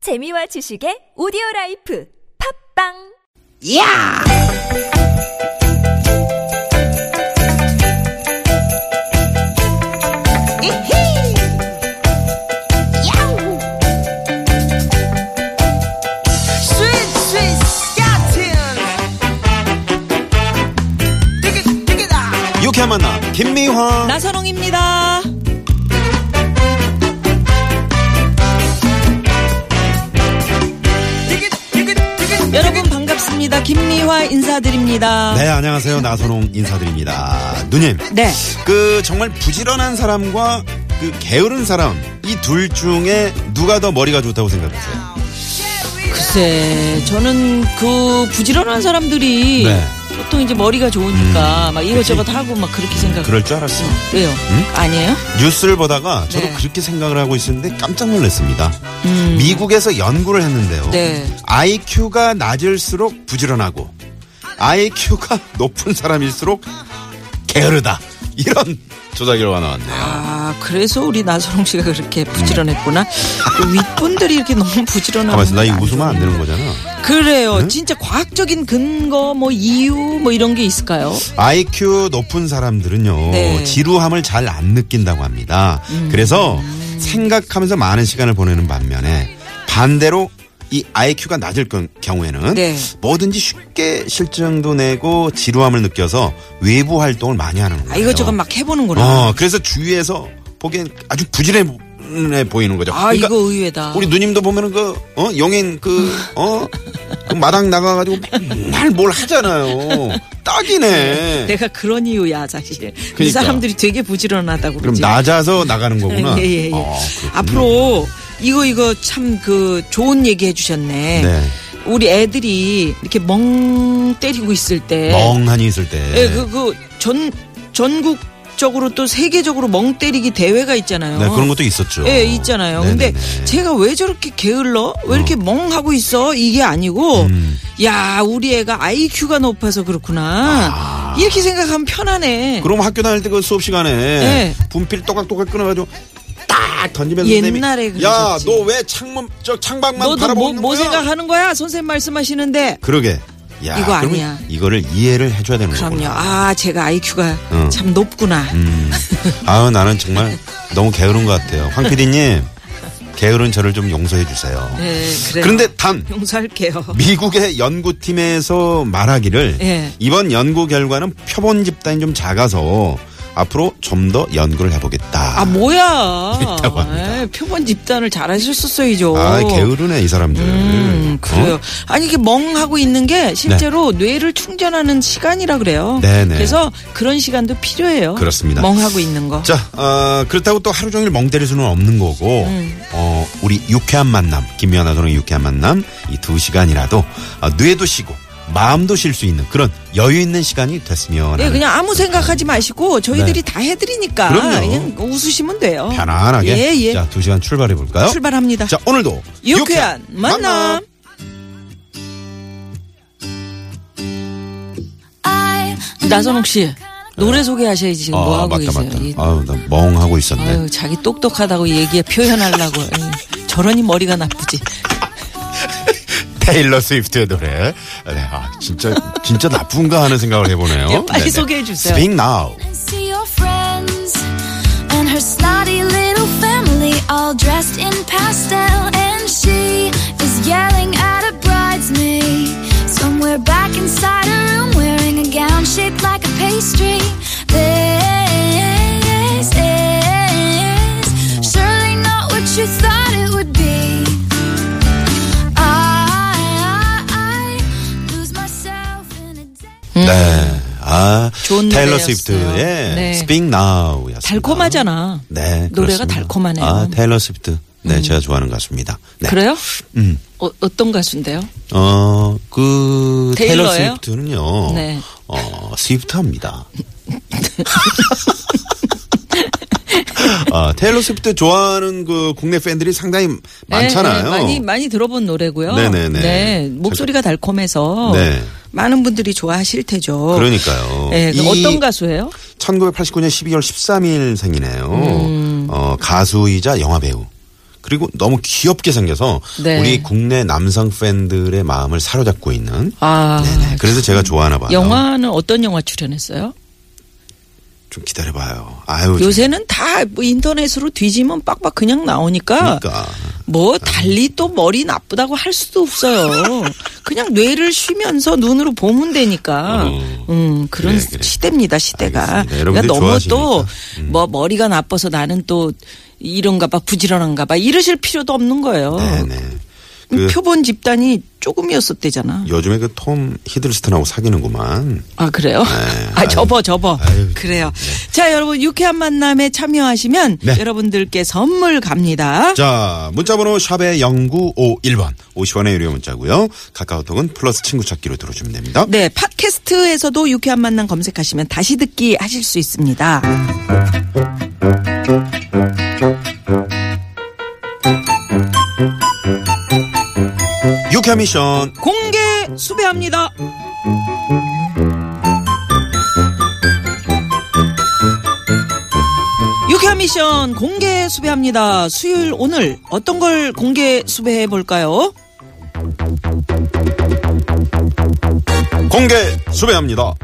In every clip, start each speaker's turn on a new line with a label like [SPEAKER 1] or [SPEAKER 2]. [SPEAKER 1] 재미와 지식의 오디오 라이프 팝빵
[SPEAKER 2] 야! 이히! 야우! 스윗, 스윗, 스카틴! 띠기, 띠기다!
[SPEAKER 3] 유쾌한 만남 김미화
[SPEAKER 4] 나선홍입니다.
[SPEAKER 2] 띠기, 띠기, 띠기,
[SPEAKER 4] 여러분 반갑습니다. 김미화 인사드립니다.
[SPEAKER 3] 네 안녕하세요 나선홍 인사드립니다 누님
[SPEAKER 4] 네.
[SPEAKER 3] 그 정말 부지런한 사람과 그 게으른 사람 이 둘 중에 누가 더 머리가 좋다고 생각하세요
[SPEAKER 4] 글쎄, 저는 그 부지런한 사람들이
[SPEAKER 3] 네. 음.
[SPEAKER 4] 보통 이제 머리가 좋으니까 막 이것저것
[SPEAKER 3] 그치?
[SPEAKER 4] 하고 막 그렇게 생각.
[SPEAKER 3] 그럴 음? 줄 알았어
[SPEAKER 4] 왜요? 아니에요?
[SPEAKER 3] 뉴스를 보다가 저도
[SPEAKER 4] 네. 음.
[SPEAKER 3] 그렇게 생각을 하고 있었는데 깜짝 놀랐습니다 미국에서 연구를 했는데요
[SPEAKER 4] 네.
[SPEAKER 3] IQ가 낮을수록 부지런하고 IQ가 높은 사람일수록 게으르다 이런 조사 결과 나왔네요
[SPEAKER 4] 아, 그래서 우리 나선홍 씨가
[SPEAKER 3] 음.
[SPEAKER 4] 그렇게 부지런했구나. 그 윗분들이 이렇게 너무 부지런하고.
[SPEAKER 3] 가만 있어 나이 웃으면 안 되는 거잖아
[SPEAKER 4] 그래요. 진짜 과학적인 근거, 뭐 이유, 뭐 이런 게 있을까요?
[SPEAKER 3] IQ 높은 사람들은요
[SPEAKER 4] 네. 음.
[SPEAKER 3] 지루함을 잘 안 느낀다고 합니다. 그래서 생각하면서 많은 시간을 보내는 반면에 반대로 이 IQ가 낮을 건- 경우에는
[SPEAKER 4] 네.
[SPEAKER 3] 뭐든지 쉽게 실증도 내고 지루함을 느껴서 외부 활동을 많이 하는 거예요.
[SPEAKER 4] 아, 이것저것 막 해보는구나.
[SPEAKER 3] 어, 그래서 주위에서 보기엔 아주 부지런해 보이는 거죠. 그러니까
[SPEAKER 4] 아, 이거 의외다.
[SPEAKER 3] 우리 누님도 보면은 그, 어, 영인 그, 어, 그 마당 나가가지고 맨날 뭘 하잖아요. 딱이네.
[SPEAKER 4] 내가 그런 이유야 사실. 이
[SPEAKER 3] 그러니까.
[SPEAKER 4] 사람들이 되게 부지런하다고
[SPEAKER 3] 그럼
[SPEAKER 4] 그러지.
[SPEAKER 3] 낮아서 나가는 거구나.
[SPEAKER 4] 예, 예, 예.
[SPEAKER 3] 어, 그렇군요.
[SPEAKER 4] 앞으로 이거 이거 참 그 좋은 얘기 해주셨네.
[SPEAKER 3] 네.
[SPEAKER 4] 우리 애들이 이렇게 멍 때리고 있을 때,
[SPEAKER 3] 멍하니 네. 있을 때.
[SPEAKER 4] 예, 그그전 전국 적으로 또 세계적으로 멍 때리기 대회가 있잖아요.
[SPEAKER 3] 네, 그런 것도 있었죠.
[SPEAKER 4] 어. 예, 있잖아요.
[SPEAKER 3] 네네네. 어.
[SPEAKER 4] 근데 제가 왜 저렇게 게을러? 왜 이렇게 멍하고 있어? 이게 아니고,
[SPEAKER 3] 음.
[SPEAKER 4] 야, 우리 애가 IQ가 높아서 그렇구나. 이렇게 생각하면 편하네.
[SPEAKER 3] 아. 그럼 학교 다닐 때 그 수업 시간에
[SPEAKER 4] 네.
[SPEAKER 3] 분필 또각또각 끊어가지고 딱 던지면서
[SPEAKER 4] 옛날에
[SPEAKER 3] 선생님이 야,
[SPEAKER 4] 그러셨지.
[SPEAKER 3] 너 왜 창문 저 창밖만
[SPEAKER 4] 너도
[SPEAKER 3] 바라보고
[SPEAKER 4] 뭐,
[SPEAKER 3] 있는
[SPEAKER 4] 뭐
[SPEAKER 3] 거야?
[SPEAKER 4] 생각하는 거야? 선생님 말씀하시는데.
[SPEAKER 3] 그러게. 야,
[SPEAKER 4] 이거
[SPEAKER 3] 그러면
[SPEAKER 4] 아니야.
[SPEAKER 3] 이거를 이해를 해줘야 되는 거구나.
[SPEAKER 4] 그럼요. 아, 제가 IQ가
[SPEAKER 3] 응.
[SPEAKER 4] 참 높구나.
[SPEAKER 3] 어. 음. 아유 나는 정말 너무 게으른 것 같아요. 황 PD님 게으른 저를 좀 용서해 주세요.
[SPEAKER 4] 네, 그래.
[SPEAKER 3] 그런데 단
[SPEAKER 4] 용서할게요.
[SPEAKER 3] 미국의 연구팀에서 말하기를
[SPEAKER 4] 예.
[SPEAKER 3] 이번 연구 결과는 표본 집단이 좀 작아서 앞으로 좀 더 연구를 해보겠다.
[SPEAKER 4] 아, 뭐야.
[SPEAKER 3] 있다고 합니다.
[SPEAKER 4] 에이, 표본 집단을 잘 하셨었어야죠.
[SPEAKER 3] 아, 게으르네 이 사람들.
[SPEAKER 4] 음, 그래요.
[SPEAKER 3] 어? 네.
[SPEAKER 4] 아니 이게 멍하고 있는 게 실제로 뇌를 충전하는 시간이라 그래요.
[SPEAKER 3] 네네.
[SPEAKER 4] 그래서 그런 시간도 필요해요.
[SPEAKER 3] 그렇습니다.
[SPEAKER 4] 멍하고 있는 거.
[SPEAKER 3] 자, 아, 그렇다고 또 하루 종일 멍 때릴 수는 없는 거고,
[SPEAKER 4] 음.
[SPEAKER 3] 어, 우리 유쾌한 만남, 김미연 아도롱의 유쾌한 만남, 이 두 시간이라도, 아, 뇌도 쉬고, 마음도 쉴 수 있는 그런 여유 있는 시간이 됐으면.
[SPEAKER 4] 네,
[SPEAKER 3] 하는
[SPEAKER 4] 그냥 아무 생각하지 마시고 저희들이 다 해드리니까
[SPEAKER 3] 네. 그럼요.
[SPEAKER 4] 그냥 웃으시면 돼요.
[SPEAKER 3] 편안하게.
[SPEAKER 4] 예, 예.
[SPEAKER 3] 자, 두 시간 출발해 볼까요?
[SPEAKER 4] 출발합니다.
[SPEAKER 3] 자, 오늘도
[SPEAKER 4] 유쾌한 만남. 나선홍 씨 노래 소개하셔야지 지금 뭐
[SPEAKER 3] 아,
[SPEAKER 4] 하고
[SPEAKER 3] 맞다,
[SPEAKER 4] 계세요?
[SPEAKER 3] 맞다.
[SPEAKER 4] 이-
[SPEAKER 3] 아유, 나 멍하고 있었네.
[SPEAKER 4] 아유, 자기 똑똑하다고 얘기에 표현하려고 에이, 저러니 머리가 나쁘지.
[SPEAKER 3] 테일러 스위프트의 노래. 네, 아, 진짜, 진짜 나쁜가 하는 생각을 해보네요.
[SPEAKER 4] 예, 빨리 소개해 주세요.
[SPEAKER 3] Speak now.
[SPEAKER 5] and see your friends and her snotty little family all dressed in pastel and she is yelling at a bridesmaid somewhere back inside a room wearing a gown shaped like a pastry this is surely not what you thought it would be I, I, I lose myself in a day
[SPEAKER 3] 네. 아,
[SPEAKER 4] 좋은
[SPEAKER 3] 테일러
[SPEAKER 4] 노래였어요.
[SPEAKER 3] 스위프트의 예.
[SPEAKER 4] 네.
[SPEAKER 3] Speak Now였습니다.
[SPEAKER 4] 달콤하잖아.
[SPEAKER 3] 네,
[SPEAKER 4] 노래가
[SPEAKER 3] 그렇습니다.
[SPEAKER 4] 달콤하네요. 음.
[SPEAKER 3] 아, 테일러 스위프트. 네, 제가 좋아하는 가수입니다. 네.
[SPEAKER 4] 그래요?
[SPEAKER 3] 음.
[SPEAKER 4] 어, 어떤 가수인데요?
[SPEAKER 3] 어, 그 테일러
[SPEAKER 4] 테일러예요?
[SPEAKER 3] 스위프트는요.
[SPEAKER 4] 네.
[SPEAKER 3] 어, 스위프트합니다. 아, 테일러 스위프트 좋아하는 그 국내 팬들이 상당히 많잖아요.
[SPEAKER 4] 네, 네, 많이 많이 들어본 노래고요.
[SPEAKER 3] 네네네.
[SPEAKER 4] 네, 목소리가 달콤해서
[SPEAKER 3] 네.
[SPEAKER 4] 많은 분들이 좋아하실 테죠.
[SPEAKER 3] 그러니까요.
[SPEAKER 4] 네, 그
[SPEAKER 3] 이-
[SPEAKER 4] 어떤 가수예요? 음.
[SPEAKER 3] 1989년 12월 13일 생이네요. 어, 가수이자 영화배우. 그리고 너무 귀엽게 생겨서
[SPEAKER 4] 네.
[SPEAKER 3] 우리 국내 남성 팬들의 마음을 사로잡고 있는
[SPEAKER 4] 아
[SPEAKER 3] 네네. 그래서 제가 좋아하나 봐요.
[SPEAKER 4] 영화는 어떤 영화 출연했어요?
[SPEAKER 3] 좀 기다려봐요. 아유
[SPEAKER 4] 요새는 다뭐 인터넷으로 뒤지면 빡빡 그냥 나오니까
[SPEAKER 3] 그러니까
[SPEAKER 4] 뭐 달리 또 머리 나쁘다고 할 수도 없어요. 그냥 뇌를 쉬면서 눈으로 보면 되니까.
[SPEAKER 3] 어.
[SPEAKER 4] 음, 그런
[SPEAKER 3] 그래, 그래.
[SPEAKER 4] 시대입니다, 시대가. 그러니까
[SPEAKER 3] 알겠습니다. 여러분들
[SPEAKER 4] 너무 또
[SPEAKER 3] 좋아하시니까. 음.
[SPEAKER 4] 뭐 머리가 나빠서 나는 또 이런가 봐 부지런한가 봐 이러실 필요도 없는 거예요.
[SPEAKER 3] 네네. 그
[SPEAKER 4] 어. 표본 집단이 조금이었었대잖아.
[SPEAKER 3] 요즘에 그 톰 히들스턴하고 사귀는구만.
[SPEAKER 4] 아 그래요? 아
[SPEAKER 3] 네. 아유.
[SPEAKER 4] 접어 접어.
[SPEAKER 3] 아유.
[SPEAKER 4] 그래요. 자 여러분 유쾌한 만남에 참여하시면
[SPEAKER 3] 네.
[SPEAKER 4] 여러분들께 선물 갑니다.
[SPEAKER 3] 자, 문자번호 샵의 0951번. 50원의 유료 문자고요 카카오톡은 플러스 친구 찾기로 들어주면 됩니다.
[SPEAKER 4] 네, 팟캐스트에서도 유쾌한 만남 검색하시면 다시 듣기 하실 수 있습니다.
[SPEAKER 3] 유쾌 미션.
[SPEAKER 4] 공개 수배합니다. 유쾌한 미션 공개 수배합니다. 수요일 오늘 어떤 걸 공개 수배해 볼까요?
[SPEAKER 3] 공개 수배합니다.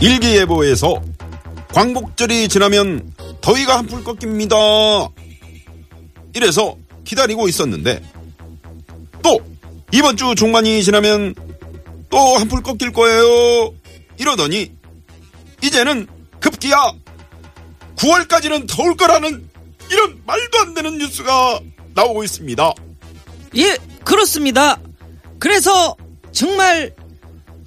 [SPEAKER 3] 일기예보에서 광복절이 지나면 더위가 한풀 꺾입니다. 이래서 기다리고 있었는데 또 이번 주 중반이 지나면 또 한풀 꺾일 거예요. 이러더니 이제는 급기야 9월까지는 더울 거라는 이런 말도 안 되는 뉴스가 나오고 있습니다.
[SPEAKER 4] 예, 그렇습니다. 그래서 정말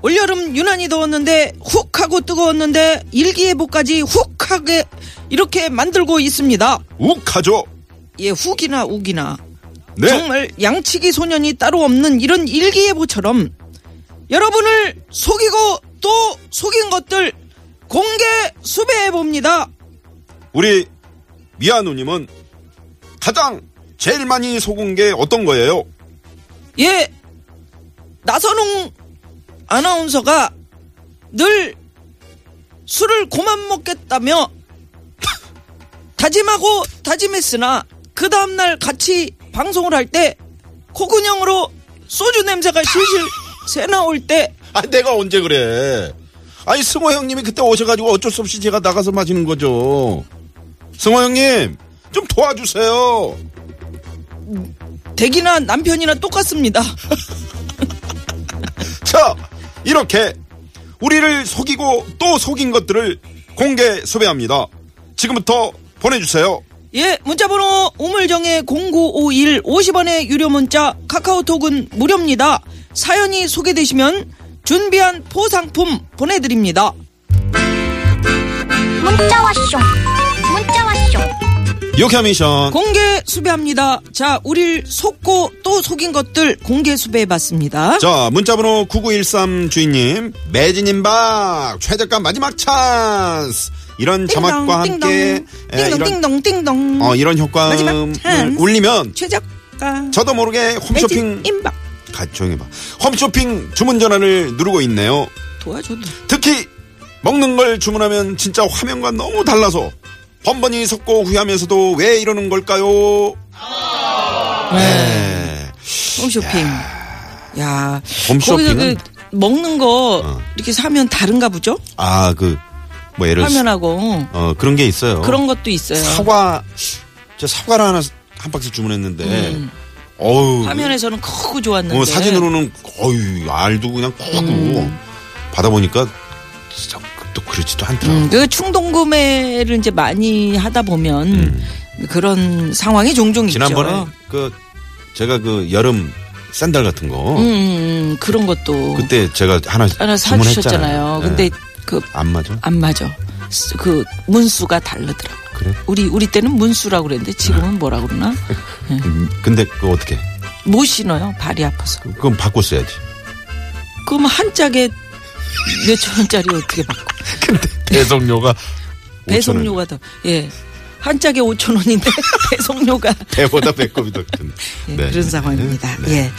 [SPEAKER 4] 올여름 유난히 더웠는데 훅 하고 뜨거웠는데 일기예보까지 훅 하게 이렇게 만들고 있습니다.
[SPEAKER 3] 욱하죠.
[SPEAKER 4] 예, 훅이나 우기나
[SPEAKER 3] 네.
[SPEAKER 4] 정말 양치기 소년이 따로 없는 이런 일기예보처럼 여러분을 속이고 또 속인 것들 공개 수배해 봅니다.
[SPEAKER 3] 우리 미아누님은 가장 제일 많이 속은 게 어떤 거예요?
[SPEAKER 4] 예, 나선홍 아나운서가 늘 술을 그만 먹겠다며 다짐하고 다짐했으나 그 다음날 같이 방송을 할 때 코근형으로 소주 냄새가 실실 새 나올 때
[SPEAKER 3] 아 내가 언제 그래? 아니 승호 형님이 그때 오셔가지고 어쩔 수 없이 제가 나가서 마시는 거죠. 승호 형님 좀 도와주세요.
[SPEAKER 4] 댁이나 남편이나 똑같습니다.
[SPEAKER 3] 자 이렇게 우리를 속이고 또 속인 것들을 공개 수배합니다. 지금부터 보내주세요.
[SPEAKER 4] 예, 문자번호 우물정의 0951 50원의 유료 문자 카카오톡은 무료입니다. 사연이 소개되시면 준비한 포상품 보내드립니다.
[SPEAKER 6] 문자 왔쇼 문자 왔쇼
[SPEAKER 3] 요캐미션
[SPEAKER 4] 공개 수배합니다. 자, 우릴 속고 또 속인 것들 공개 수배해봤습니다.
[SPEAKER 3] 자, 문자번호 9913 주인님, 매진임박, 최저가 마지막 찬스! 이런 자막과 함께, 에, 이런,
[SPEAKER 4] 띵동 띵동 띵동
[SPEAKER 3] 어, 이런
[SPEAKER 4] 마지막
[SPEAKER 3] 효과음을
[SPEAKER 4] 찬스.
[SPEAKER 3] 울리면,
[SPEAKER 4] 최작가
[SPEAKER 3] 저도 모르게 홈쇼핑,
[SPEAKER 4] 매진 임박
[SPEAKER 3] 가, 조용히 봐. 홈쇼핑 주문 전화를 누르고 있네요.
[SPEAKER 4] 도와줘도
[SPEAKER 3] 특히, 먹는 걸 주문하면 진짜 화면과 너무 달라서, 번번이 섞고 후회하면서도 왜 이러는 걸까요? 네.
[SPEAKER 4] 홈쇼핑. 야, 거기서
[SPEAKER 3] 홈쇼핑은-
[SPEAKER 4] 그 먹는 거 이렇게 사면 다른가 보죠?
[SPEAKER 3] 아, 그, 뭐, 예를 들어,
[SPEAKER 4] 화면하고
[SPEAKER 3] 어, 그런 게 있어요.
[SPEAKER 4] 그런 것도 있어요.
[SPEAKER 3] 사과 저 사과를 하나 한 박스 주문했는데 어우
[SPEAKER 4] 음. 화면에서는 크고 좋았는데 음.
[SPEAKER 3] 어, 사진으로는 어유 알도 그냥 크고 받아보니까 진짜 또 그렇지도 않더라고.
[SPEAKER 4] 음, 그 충동 구매를 이제 많이 하다 보면 그런 상황이 종종
[SPEAKER 3] 음. 지난번에
[SPEAKER 4] 있죠. 음,
[SPEAKER 3] 그 제가 그 여름 샌들 같은 거
[SPEAKER 4] 음, 음, 그런 것도
[SPEAKER 3] 그때 제가 하나,
[SPEAKER 4] 하나
[SPEAKER 3] 주문했잖아요.
[SPEAKER 4] 사주셨잖아요. 근데
[SPEAKER 3] 예.
[SPEAKER 4] 그
[SPEAKER 3] 안 맞아?
[SPEAKER 4] 안 맞아. 스- 그 문수가 다르더라고.
[SPEAKER 3] 그래?
[SPEAKER 4] 우리 우리 때는 문수라고 그랬는데 지금은 뭐라 그러나? 네.
[SPEAKER 3] 음, 근데 그거 어떻게?
[SPEAKER 4] 못 신어요. 발이 아파서.
[SPEAKER 3] 그건 바꿔 써야지.
[SPEAKER 4] 그럼 한 짝에 몇천 원짜리 어떻게 받고?
[SPEAKER 3] 배송료가
[SPEAKER 4] 네. 배송료가 더 예. 한 짝에 5천 원인데 배송료가
[SPEAKER 3] 배보다 배꼽이 더 큰.
[SPEAKER 4] 예,
[SPEAKER 3] 네.
[SPEAKER 4] 그런 상황입니다. 예.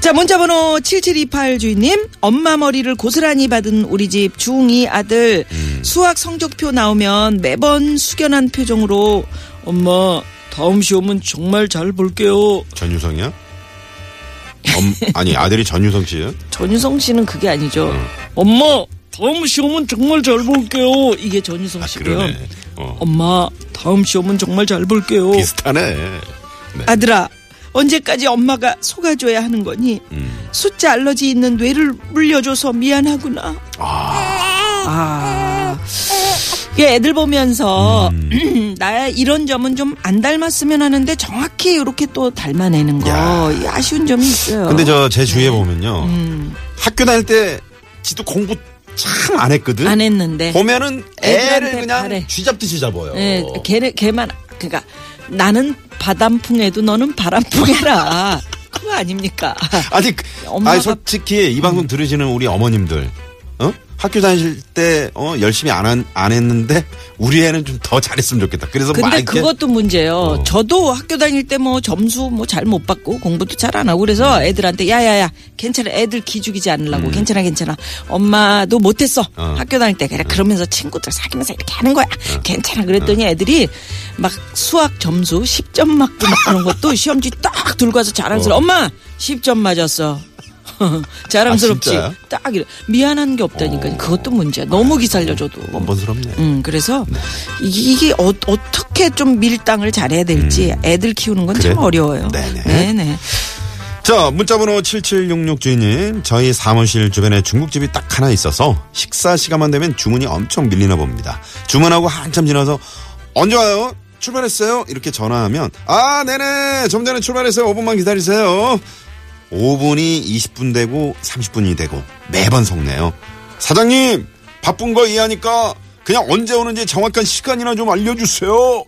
[SPEAKER 4] 자, 문자번호 7728 주인님, 엄마 머리를 고스란히 받은 우리 집 중2
[SPEAKER 3] 음.
[SPEAKER 4] 아들, 수학 성적표 나오면 매번 숙연한 표정으로, 엄마, 다음 시험은 정말 잘 볼게요.
[SPEAKER 3] 전유성이야? 엄, 아니 아들이 전유성 씨예요?
[SPEAKER 4] 전유성 씨는 그게 아니죠.
[SPEAKER 3] 음.
[SPEAKER 4] 엄마, 다음 시험은 정말 잘 볼게요. 이게 전유성
[SPEAKER 3] 아
[SPEAKER 4] 씨고요.
[SPEAKER 3] 그러네. 어,
[SPEAKER 4] 엄마, 어. 다음 시험은 정말 잘 볼게요.
[SPEAKER 3] 비슷하네. 네.
[SPEAKER 4] 아들아, 언제까지 엄마가 속아줘야 하는 거니?
[SPEAKER 3] 음.
[SPEAKER 4] 숫자 알러지 있는 뇌를 물려줘서 미안하구나. 아. 이게 애들 보면서
[SPEAKER 3] 음.
[SPEAKER 4] 나 이런 점은 좀 안 닮았으면 하는데 정확히 이렇게 또 닮아내는 거
[SPEAKER 3] 야.
[SPEAKER 4] 이 아쉬운 점이 있어요.
[SPEAKER 3] 근데 저 제 주위에 보면요.
[SPEAKER 4] 음.
[SPEAKER 3] 학교 다닐 때 지도 공부 참 안 했거든.
[SPEAKER 4] 안 했는데.
[SPEAKER 3] 보면은 애를
[SPEAKER 4] 애들한테
[SPEAKER 3] 그냥
[SPEAKER 4] 바래.
[SPEAKER 3] 쥐잡듯이 잡아요.
[SPEAKER 4] 예, 걔네 걔만 그러니까 나는 바람풍에도 너는 바람풍해라. 그거 아닙니까?
[SPEAKER 3] 아니, 그-
[SPEAKER 4] 엄마가- 음.
[SPEAKER 3] 아니 솔직히 이 방송 들으시는 우리 어머님들, 어? 학교 다니실 때 어, 열심히 안, 한- 안 했는데 우리 애는 좀 더 잘했으면 좋겠다. 그래서 뭐 막
[SPEAKER 4] 근데
[SPEAKER 3] 이렇게
[SPEAKER 4] 그것도 문제예요.
[SPEAKER 3] 어.
[SPEAKER 4] 저도 학교 다닐 때 뭐 점수 뭐 잘 못 받고 공부도 잘 안 하고 그래서 애들한테 야야야 괜찮아 애들 기죽이지 않으려고 괜찮아 괜찮아 엄마도 못했어
[SPEAKER 3] 음. 어.
[SPEAKER 4] 학교 다닐 때 그래 그러면서 친구들 사귀면서 이렇게 하는 거야 괜찮아
[SPEAKER 3] 어.
[SPEAKER 4] 그랬더니 애들이 막 수학 점수 10점 맞고 막 그런 것도 시험지 딱 들고 와서
[SPEAKER 3] 어.
[SPEAKER 4] 자랑스러워 엄마 10점 맞았어. 자랑스럽지.
[SPEAKER 3] 아, 진짜요?
[SPEAKER 4] 딱 이래. 미안한 게 없다니까.
[SPEAKER 3] 어.
[SPEAKER 4] 그것도 문제야. 너무 기살려줘도.
[SPEAKER 3] 번번스럽네.
[SPEAKER 4] 음, 그래서 이- 이게 어, 떻게좀 밀당을 잘해야 될지 애들 키우는 건 참
[SPEAKER 3] 음. 그래요?
[SPEAKER 4] 어려워요.
[SPEAKER 3] 네네.
[SPEAKER 4] 네네.
[SPEAKER 3] 자, 문자번호 7766 주인님, 저희 사무실 주변에 중국집이 딱 하나 있어서 식사 시간만 되면 주문이 엄청 밀리나 봅니다. 주문하고 한참 지나서 언제 와요? 출발했어요? 이렇게 전화하면 아, 네네, 좀 전에 출발했어요. 5분만 기다리세요. 5분이 20분 되고 30분이 되고 매번 속네요. 사장님, 바쁜 거 이해하니까 그냥 언제 오는지 정확한 시간이나 좀 알려주세요.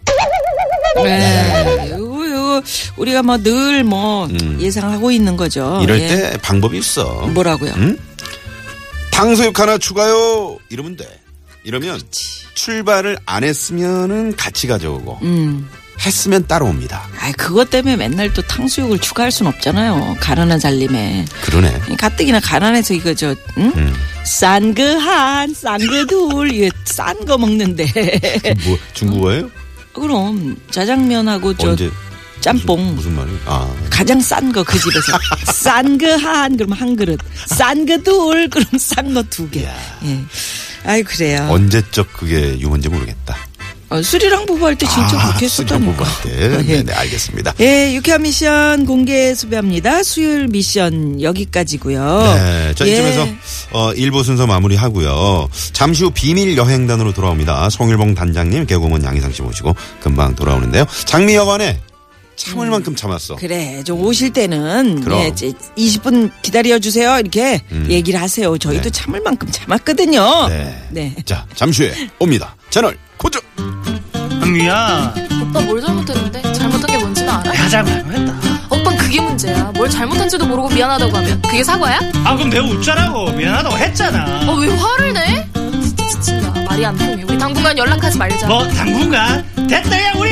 [SPEAKER 4] 네. 요거, 요거 우리가 뭐 늘 뭐 예상하고 있는 거죠.
[SPEAKER 3] 음. 이럴
[SPEAKER 4] 예.
[SPEAKER 3] 때 음. 방법이 있어.
[SPEAKER 4] 뭐라고요?
[SPEAKER 3] 탕수육 하나 추가요. 이러면 돼. 이러면 출발을 안 했으면은 같이 가져오고
[SPEAKER 4] 음.
[SPEAKER 3] 했으면 따로 옵니다.
[SPEAKER 4] 아, 그것 때문에 맨날 또 탕수육을 추가할 순 없잖아요. 가난한 살림에.
[SPEAKER 3] 그러네. 음.
[SPEAKER 4] 예.
[SPEAKER 3] 뭐 중국어예요?
[SPEAKER 4] 그럼 짜장면하고 저
[SPEAKER 3] 언제
[SPEAKER 4] 짬뽕.
[SPEAKER 3] 무슨, 무슨 말이? 아
[SPEAKER 4] 가장 싼 거 그 집에서 싼 거 한 그럼 한 그릇 싼 거 둘 그럼 싼 거 두 개.
[SPEAKER 3] 이야.
[SPEAKER 4] 예. 아이 그래요.
[SPEAKER 3] 언제적 그게 유머인지 모르겠다.
[SPEAKER 4] 어, 수리랑 부부할 때 진짜
[SPEAKER 3] 아,
[SPEAKER 4] 그렇게
[SPEAKER 3] 쓰던
[SPEAKER 4] 했었다니까.
[SPEAKER 3] 부분할 때. 네, 네 알겠습니다.
[SPEAKER 4] 예, 유쾌한 미션 공개 수배합니다. 수요일 미션 여기까지고요.
[SPEAKER 3] 네,
[SPEAKER 4] 예.
[SPEAKER 3] 자 이쯤에서 어, 일부 순서 마무리하고요. 잠시 후 비밀 여행단으로 돌아옵니다. 송일봉 단장님, 개그우먼 양희상 씨 모시고 금방 돌아오는데요. 장미 여관에
[SPEAKER 4] 음.
[SPEAKER 3] 참을 만큼 참았어.
[SPEAKER 4] 그래, 좀 오실 때는
[SPEAKER 3] 그럼. 음.
[SPEAKER 4] 예, 이제 20분 기다려 주세요. 이렇게 얘기를 하세요. 저희도
[SPEAKER 3] 네.
[SPEAKER 4] 참을 만큼 참았거든요.
[SPEAKER 3] 네.
[SPEAKER 4] 네.
[SPEAKER 3] 자, 잠시 후에 옵니다. 채널 고정.
[SPEAKER 7] 은미야
[SPEAKER 8] 오빠 뭘 잘못했는데 잘못한 게 뭔지는 알아?
[SPEAKER 7] 내가 잘못했다
[SPEAKER 8] 오빠 그게 문제야. 뭘 잘못한지도 모르고 미안하다고 하면 그게 사과야?
[SPEAKER 7] 아 그럼 내가 웃자라고 미안하다고 했잖아
[SPEAKER 8] 어 왜 화를 내? 진짜 지친다. 말이 안 통해. 우리 당분간 연락하지 말자.
[SPEAKER 7] 뭐 당분간 됐다 야 우리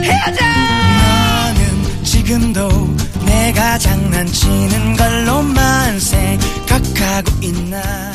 [SPEAKER 7] 헤어져
[SPEAKER 2] 나는 지금도 내가 장난치는 걸로만 생각하고 있나